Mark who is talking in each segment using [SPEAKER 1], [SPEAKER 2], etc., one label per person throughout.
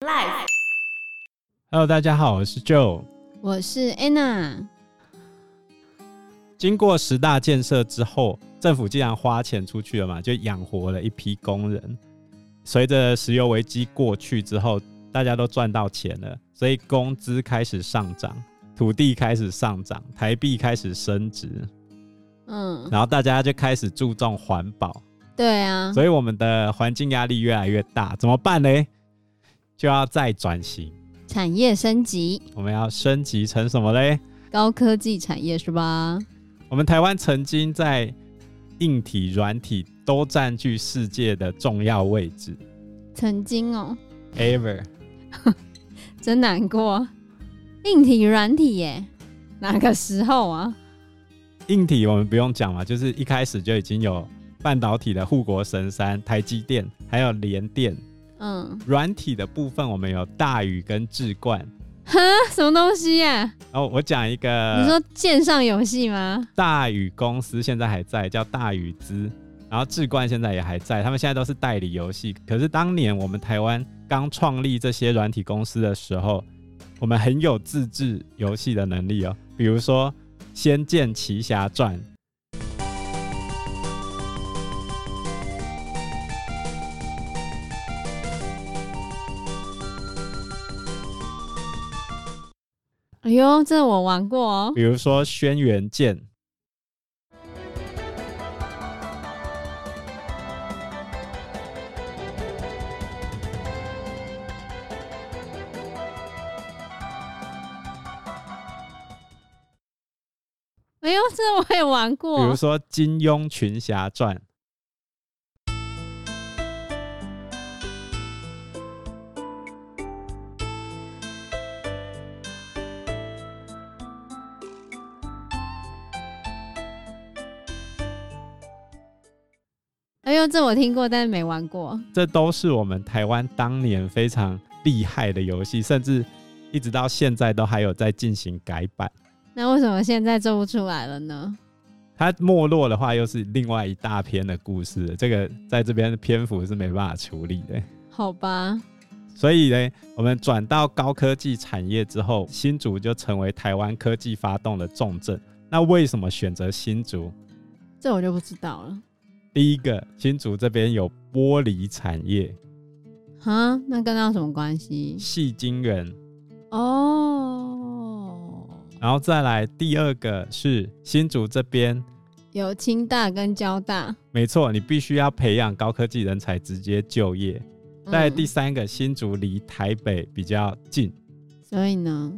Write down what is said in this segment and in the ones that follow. [SPEAKER 1] Life
[SPEAKER 2] Hello，大家好，我是 Joe。
[SPEAKER 3] 我是 Anna，
[SPEAKER 2] 经过十大建设之后，政府既然花钱出去了嘛，就养活了一批工人。随着石油危机过去之后，大家都赚到钱了，所以工资开始上涨，土地开始上涨，台币开始升值，
[SPEAKER 3] 嗯，
[SPEAKER 2] 然后大家就开始注重环保，
[SPEAKER 3] 对啊，
[SPEAKER 2] 所以我们的环境压力越来越大，怎么办呢？就要再转型，
[SPEAKER 3] 产业升级，
[SPEAKER 2] 我们要升级成什么嘞？
[SPEAKER 3] 高科技产业是吧？
[SPEAKER 2] 我们台湾曾经在硬体、软体都占据世界的重要位置
[SPEAKER 3] 曾经哦，
[SPEAKER 2] ，ever。
[SPEAKER 3] 真难过，硬体软体耶，哪个时候啊？
[SPEAKER 2] 硬体我们不用讲嘛，就是一开始就已经有半导体的护国神山台积电，还有联电。
[SPEAKER 3] 嗯，
[SPEAKER 2] 软体的部分我们有大宇跟智冠。
[SPEAKER 3] 哈，啊什么东西呀、
[SPEAKER 2] 然后我讲一
[SPEAKER 3] 你
[SPEAKER 2] 个
[SPEAKER 3] 说线上游戏吗？
[SPEAKER 2] 大宇公司现在还在，叫大宇资。然后智冠现在也还在，他们现在都是代理游戏。可是当年我们台湾刚创立这些软体公司的时候，我们很有自制游戏的能力哦。比如说《仙剑奇侠传》，
[SPEAKER 3] 哎呦，这我玩过哦，
[SPEAKER 2] 比如说《轩辕剑》。
[SPEAKER 3] 哎呦，这我也玩
[SPEAKER 2] 比如
[SPEAKER 3] 过，
[SPEAKER 2] 说《金庸群侠传》。
[SPEAKER 3] 哎呦，这我听过，但是没玩过，
[SPEAKER 2] 这都是我们台湾当年非常厉害的游戏，甚至一直到现在都还有在进行改版。
[SPEAKER 3] 那为什么现在做不出来了呢？
[SPEAKER 2] 它没落的话，又是另外一大篇的故事了，这个在这边的篇幅是没办法处理的。
[SPEAKER 3] 好吧，
[SPEAKER 2] 所以呢，我们转到高科技产业之后，新竹就成为台湾科技发动的重镇。那为什么选择新竹？
[SPEAKER 3] 这我就不知道了。
[SPEAKER 2] 第一个，新竹这边有玻璃产业，
[SPEAKER 3] 哈，那跟那有什么关系？
[SPEAKER 2] 戏精人，
[SPEAKER 3] 哦，
[SPEAKER 2] 然后再来第二个是新竹这边，
[SPEAKER 3] 有清大跟交大。
[SPEAKER 2] 没错，你必须要培养高科技人才直接就业。再来
[SPEAKER 3] 嗯
[SPEAKER 2] 第三个，新竹离台北比较近，
[SPEAKER 3] 所以呢，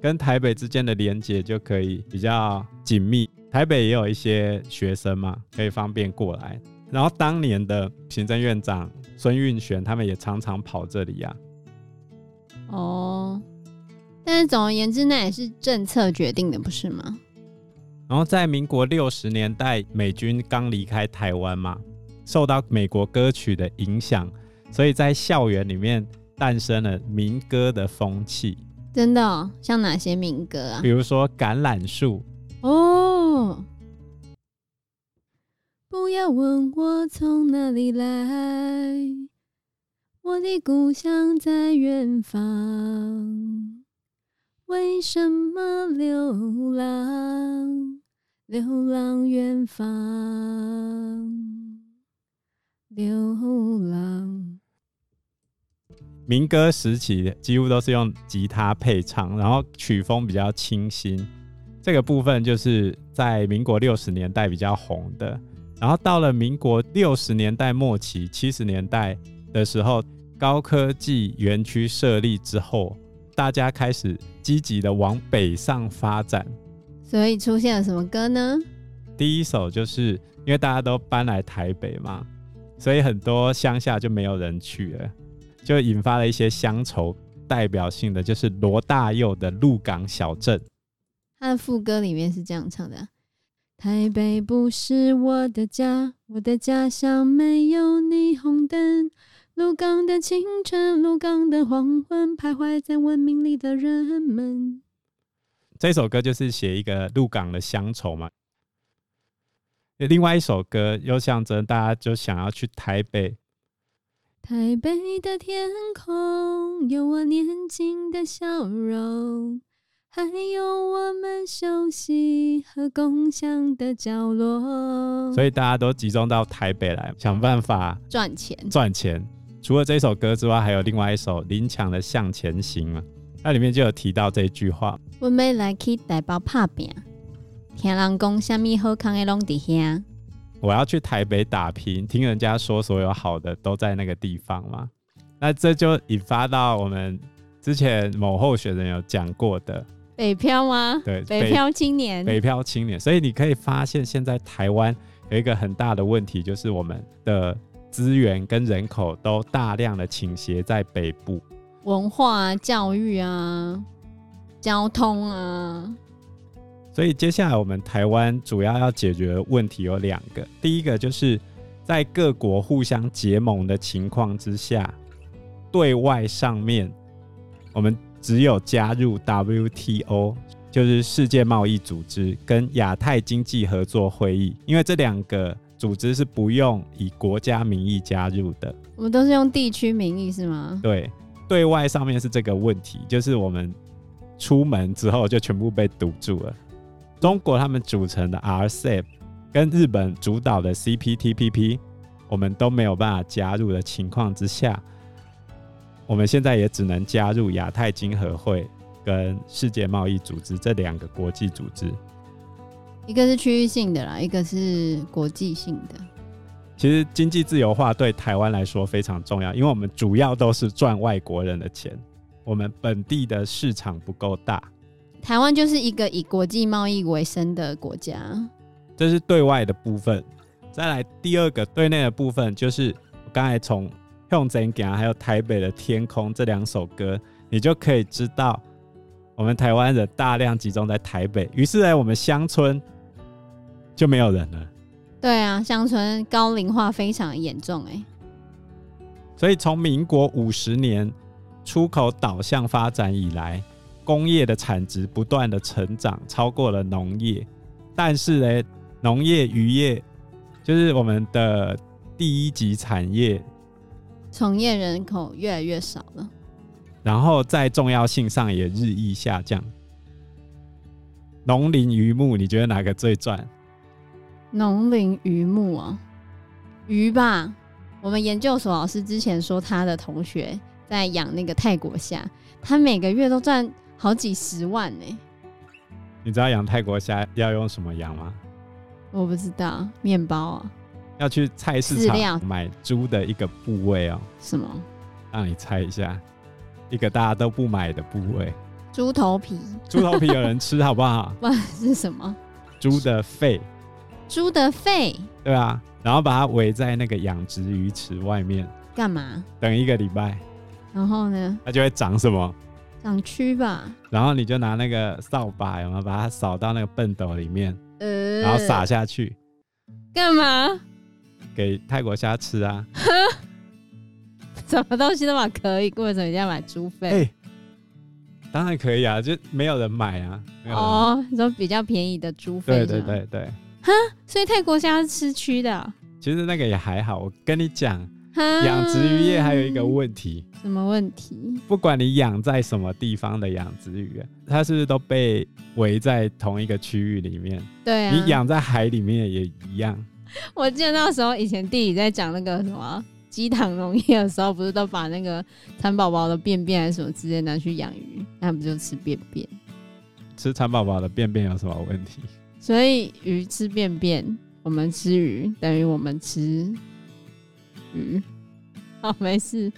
[SPEAKER 2] 跟台北之间的连接就可以比较紧密。台北也有一些学生嘛，可以方便过来。然后当年的行政院长孙运璇，他们也常常跑这里啊。
[SPEAKER 3] 哦，但是总而言之，那也是政策决定的，不是吗？
[SPEAKER 2] 然后在民国六十年代，美军刚离开台湾嘛，受到美国歌曲的影响，所以在校园里面诞生了民歌的风气，
[SPEAKER 3] 真的、哦，像哪些民歌啊
[SPEAKER 2] 比？如说《橄榄树
[SPEAKER 3] 哦，不要问我从哪里来，我的故乡在远方。为什么流浪？流浪远方，流浪。
[SPEAKER 2] 民歌时期几乎都是用吉他配唱，然后曲风比较清新。这个部分就是在民国六十年代比较红的，然后到了民国六十年代末期、七十年代的时候，高科技园区设立之后，大家开始积极的往北上发展。
[SPEAKER 3] 所以出现了什么歌呢？
[SPEAKER 2] 第一首就是因为大家都搬来台北嘛，所以很多乡下就没有人去了，就引发了一些乡愁。代表性的就是罗大佑的《鹿港小镇》，
[SPEAKER 3] 他的副歌里面是这样唱的：“台北不是我的家，我的家乡没有霓虹灯。鹿港的清晨，鹿港的黄昏，徘徊在文明里的人们。
[SPEAKER 2] 这首歌就是写一个鹿港的乡愁嘛。另外一首歌又象征大家就想要去台北
[SPEAKER 3] 台北的天空有我年轻的笑容，还有我们休息和共享的角落。
[SPEAKER 2] 所
[SPEAKER 3] 以
[SPEAKER 2] 以大家都集中到台北来，想办法
[SPEAKER 3] 赚钱，
[SPEAKER 2] 赚钱。除了这首歌之外，还有另外一首林强的《向前行》嘛，那里面就有提到这句话。
[SPEAKER 3] 我们来去台北拍拼，听人讲什么好康的拢伫遐。
[SPEAKER 2] 我要去台北打拼，听人家说所有好的都在那个地方嘛。那这就引发到我们之前某候选人有讲过的，
[SPEAKER 3] 北漂吗？
[SPEAKER 2] 对
[SPEAKER 3] 北漂青年，
[SPEAKER 2] 北漂青年。所以你可以发现，现在台湾有一个很大的问题，就是我们的资源跟人口都大量的倾斜在北部。
[SPEAKER 3] 文化、啊、教育啊，交通啊，
[SPEAKER 2] 所以接下来我们台湾主要要解决的问题有两个，第一个就是在各国互相结盟的情况之下，对外上面我们只有加入 WTO，就是世界贸易组织跟亚太经济合作会议，因为这两个组织是不用以国家名义加入的。
[SPEAKER 3] 我们都是用地区名义是吗？
[SPEAKER 2] 对，对外上面是这个问题，就是我们出门之后就全部被堵住了。中国他们组成的 RCEP 跟日本主导的 CPTPP，我们都没有办法加入的情况之下，我们现在也只能加入亚太经合会跟世界贸易组织这两个国际组织。
[SPEAKER 3] 一个是区域性的啦，一个是国际性的。
[SPEAKER 2] 其实经济自由化对台湾来说非常重要，因为我们主要都是赚外国人的钱，我们本地的市场不够大。
[SPEAKER 3] 台湾就是一个以国际贸易为生的国家，
[SPEAKER 2] 这是对外的部分。再来第二个对内的部分，就是我刚才从《向前行》还有《台北的天空》这两首歌，你就可以知道，我们台湾人大量集中在台北，于是呢，我们乡村就没有人了。
[SPEAKER 3] 对啊，乡村高龄化非常严重、欸，
[SPEAKER 2] 所以从民国五十年出口导向发展以来，工业的产值不断的成长，超过了农业。但是呢，农业、渔业就是我们的第一级产业，
[SPEAKER 3] 从业人口越来越少了。
[SPEAKER 2] 然后在重要性上也日益下降。农林渔牧，你觉得哪个最赚？
[SPEAKER 3] 农林渔牧啊，鱼吧。我们研究所老师之前说，他的同学在养那个泰国虾，他每个月都赚好几十万呢、
[SPEAKER 2] 你知道养泰国虾要用什么养吗？
[SPEAKER 3] 我不知道，面包啊，
[SPEAKER 2] 要去菜市
[SPEAKER 3] 饲料
[SPEAKER 2] 场买猪的一个部位哦，
[SPEAKER 3] 什么
[SPEAKER 2] 让你猜一下，一个大家都不买的部位。
[SPEAKER 3] 猪头皮，
[SPEAKER 2] 猪头皮有人吃，好不好？
[SPEAKER 3] 不然是什么？
[SPEAKER 2] 猪的肺，
[SPEAKER 3] 猪的肺
[SPEAKER 2] 对吧、然后把它围在那个养殖鱼池外面，
[SPEAKER 3] 干嘛？
[SPEAKER 2] 等一个礼拜，
[SPEAKER 3] 然后呢，
[SPEAKER 2] 它就会长什么？
[SPEAKER 3] 长蛆吧？
[SPEAKER 2] 然后你就拿那个扫把，有没有把它扫到那个笨斗里面，
[SPEAKER 3] 呃，
[SPEAKER 2] 然后撒下去
[SPEAKER 3] 干嘛？
[SPEAKER 2] 给泰国虾吃啊？
[SPEAKER 3] 什么东西都把可以，为什么一定要买猪
[SPEAKER 2] 哎、
[SPEAKER 3] 肺？
[SPEAKER 2] 当然可以啊，就没有人买啊。没有人买，
[SPEAKER 3] 哦，你说比较便宜的猪
[SPEAKER 2] 对
[SPEAKER 3] 肺，
[SPEAKER 2] 对，对对，
[SPEAKER 3] 所以泰国虾是吃蛆的啊、
[SPEAKER 2] 其实那个也还好。我跟你讲，
[SPEAKER 3] 哈
[SPEAKER 2] 养殖渔业还有一个问题，
[SPEAKER 3] 什么问题？
[SPEAKER 2] 不管你养在什么地方的养殖鱼，它是不是都被围在同一个区域里面？
[SPEAKER 3] 对啊，
[SPEAKER 2] 你养在海里面也一样。
[SPEAKER 3] 我记得那时候以前地理在讲那个什么鸡塘农业的时候，不是都把那个蚕宝宝的便便还啊是什么之类拿去养鱼，那不就吃便便？
[SPEAKER 2] 吃蚕宝宝的便便有什么问题？
[SPEAKER 3] 所以鱼吃便便，我们吃鱼等于我们吃鱼。 好，没事。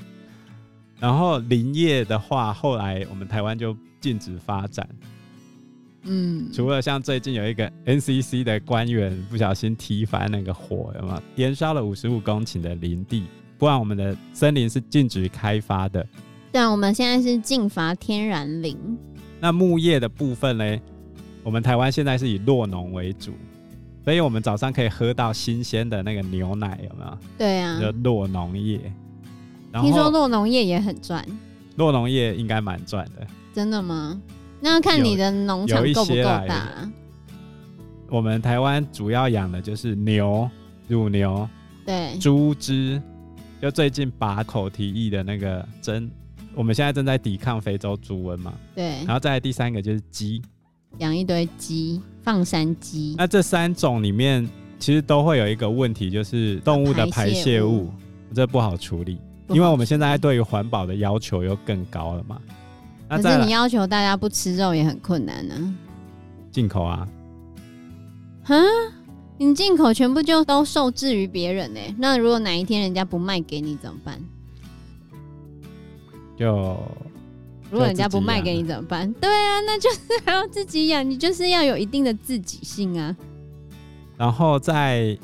[SPEAKER 2] 然后林业的话，后来我们台湾就禁止发展，
[SPEAKER 3] 嗯，
[SPEAKER 2] 除了像最近有一个 NCC 的官员不小心踢翻那个火，有没有延烧了五十五公顷的林地？不然我们的森林是禁止开发的。
[SPEAKER 3] 但啊我们现在是禁伐天然林，
[SPEAKER 2] 那牧业的部分呢，我们台湾现在是以落农为主，所以我们早上可以喝到新鲜的那个牛奶，有没有？
[SPEAKER 3] 对啊。
[SPEAKER 2] 就落农业。然
[SPEAKER 3] 听说
[SPEAKER 2] 后
[SPEAKER 3] 落农业也很赚，
[SPEAKER 2] 落农业应该蛮赚的。
[SPEAKER 3] 真的吗？那要看你的农场
[SPEAKER 2] 有一
[SPEAKER 3] 够不
[SPEAKER 2] 些
[SPEAKER 3] 够
[SPEAKER 2] 啦
[SPEAKER 3] 大啊。
[SPEAKER 2] 我们台湾主要养的就是牛、乳牛、
[SPEAKER 3] 对，
[SPEAKER 2] 猪只，就最近把口提议的那个真我们现在正在抵抗非洲猪瘟嘛，
[SPEAKER 3] 对
[SPEAKER 2] 然，后再来第三个就是鸡。
[SPEAKER 3] 养一堆鸡，放山鸡，
[SPEAKER 2] 那这三种里面其实都会有一个问题，就是动物的排泄物，这不好处理，
[SPEAKER 3] 不好
[SPEAKER 2] 因为我们现在对于环保的要求又更高了嘛。那
[SPEAKER 3] 可
[SPEAKER 2] 再
[SPEAKER 3] 是你
[SPEAKER 2] 来
[SPEAKER 3] 要求大家不吃肉也很困难啊呢、
[SPEAKER 2] 进口啊，
[SPEAKER 3] 哈，你进口全部就都受制于别人呢、那如果哪一天人家不卖给你怎么办？
[SPEAKER 2] 就
[SPEAKER 3] 如果人家不卖给你怎么办？对啊，那就是还要自己养，你就是要有一定的自己性啊。
[SPEAKER 2] 然后在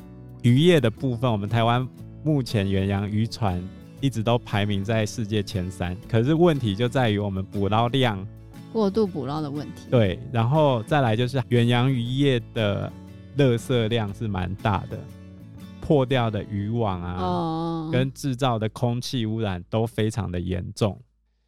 [SPEAKER 2] 渔业的部分，我们台湾目前远洋渔船一直都排名在世界前三，可是问题就在于我们捕捞量
[SPEAKER 3] 过度捕捞的问题，
[SPEAKER 2] 对，然后再来就是远洋渔业的垃圾量是蛮大的，破掉的渔网啊，
[SPEAKER 3] 哦，
[SPEAKER 2] 跟制造的空气污染都非常的严重。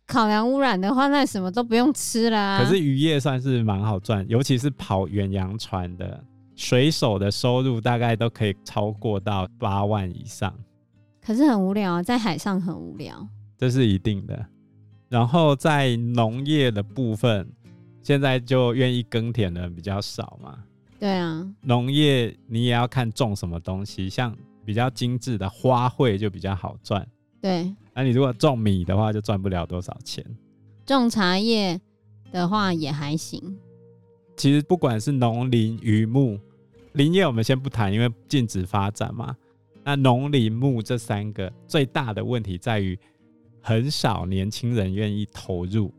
[SPEAKER 3] 考量污染的话，那什么都不用吃啦。
[SPEAKER 2] 可是渔业算是蛮好赚，尤其是跑远洋船的水手的收入大概都可以超过到八万以上，
[SPEAKER 3] 可是很无聊啊，在海上很无聊。
[SPEAKER 2] 这是一定的。然后在农业的部分，现在就愿意耕田的人比较少嘛。
[SPEAKER 3] 对啊，
[SPEAKER 2] 农业你也要看种什么东西，像比较精致的花卉就比较好赚。
[SPEAKER 3] 对，
[SPEAKER 2] 那你如果种米的话，就赚不了多少钱。
[SPEAKER 3] 种茶叶的话也还行。
[SPEAKER 2] 其实不管是农林渔牧，林业我们先不谈，因为禁止发展嘛。那农林牧这三个最大的问题在于，很少年轻人愿意投入。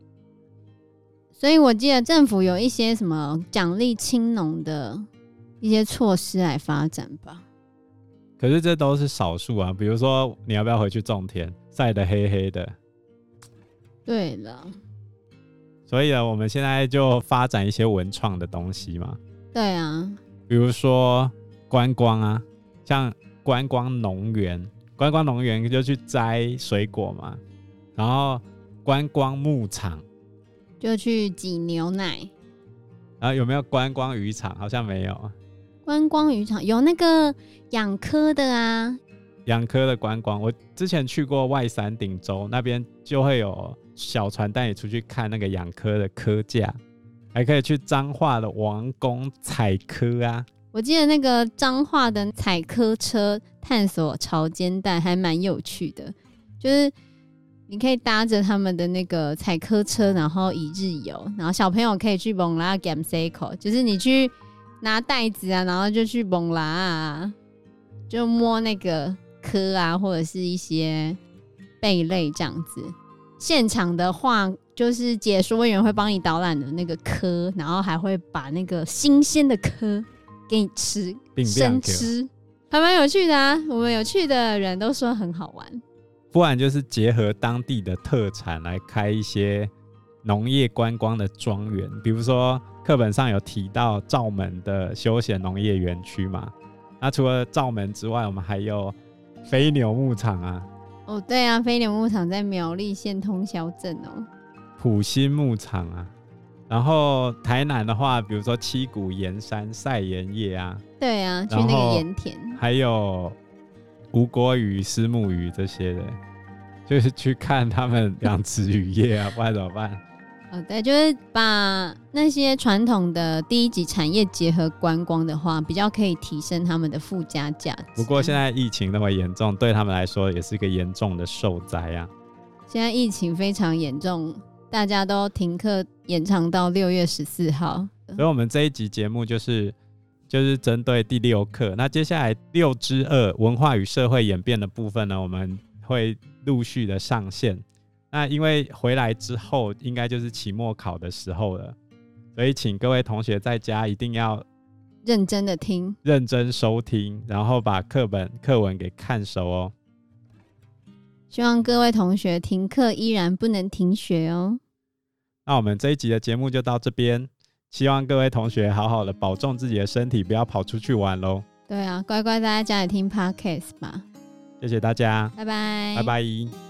[SPEAKER 3] 所以我记得政府有一些什么奖励青农的一些措施来发展吧。
[SPEAKER 2] 可是这都是少数啊，比如说你要不要回去种田，晒得黑黑的。
[SPEAKER 3] 对了，
[SPEAKER 2] 所以呢，我们现在就发展一些文创的东西嘛。
[SPEAKER 3] 对啊，
[SPEAKER 2] 比如说观光啊，像观光农园，观光农园就去摘水果嘛，然后观光牧场，
[SPEAKER 3] 就去挤牛奶。
[SPEAKER 2] 然后有没有观光渔场？好像没有，
[SPEAKER 3] 观光渔场有那个养科的啊，
[SPEAKER 2] 养科的观光，我之前去过外山顶洲那边，就会有小船带你出去看那个养科的科架，还可以去彰化的王宫采科啊，
[SPEAKER 3] 我记得那个彰化的采科车探索潮间带还蛮有趣的，就是你可以搭着他们的那个采科车，然后一日游，然后小朋友可以去蒙拉 g a m s e c o 就是你去拿袋子啊，然后就去蒙拉啊，就摸那个科啊，或者是一些贝类这样子。现场的话，就是解说员会帮你导览的那个科，然后还会把那个新鲜的科给你吃，
[SPEAKER 2] 并不
[SPEAKER 3] 生吃，还蛮有趣的啊。我们有趣的人都说很好玩，
[SPEAKER 2] 不然就是结合当地的特产来开一些农业观光的庄园，比如说课本上有提到赵门的休闲农业园区嘛。那除了赵门之外，我们还有飞牛牧场啊、
[SPEAKER 3] 哦，对啊，飞鸟牧场在苗栗县通霄镇哦，
[SPEAKER 2] 普兴牧场啊。然后台南的话，比如说七股盐山晒盐业啊，
[SPEAKER 3] 对啊，去
[SPEAKER 2] 然
[SPEAKER 3] 那
[SPEAKER 2] 后
[SPEAKER 3] 个盐田，
[SPEAKER 2] 还有吴国鱼、石目鱼这些的，就是去看他们养殖渔业啊，不然怎么办？
[SPEAKER 3] 哦，对，就是把那些传统的第一级产业结合观光的话，比较可以提升他们的附加价值。
[SPEAKER 2] 不过现在疫情那么严重，对他们来说也是一个严重的受灾啊。
[SPEAKER 3] 现在疫情非常严重，大家都停课延长到六月十四号。
[SPEAKER 2] 所以，我们这一集节目就是就是针对第六课。那接下来六之二文化与社会演变的部分呢，我们会陆续的上线。那因为回来之后，应该就是期末考的时候了，所以请各位同学在家一定要
[SPEAKER 3] 认真的听，
[SPEAKER 2] 认真收听，然后把课本课文给看熟哦。
[SPEAKER 3] 希望各位同学停课依然不能停学哦。
[SPEAKER 2] 那我们这一集的节目就到这边，希望各位同学好好的保重自己的身体，不要跑出去玩喽。
[SPEAKER 3] 对啊，乖乖待在家里听 podcast 吧，
[SPEAKER 2] 谢谢大家，
[SPEAKER 3] 拜拜，
[SPEAKER 2] 拜拜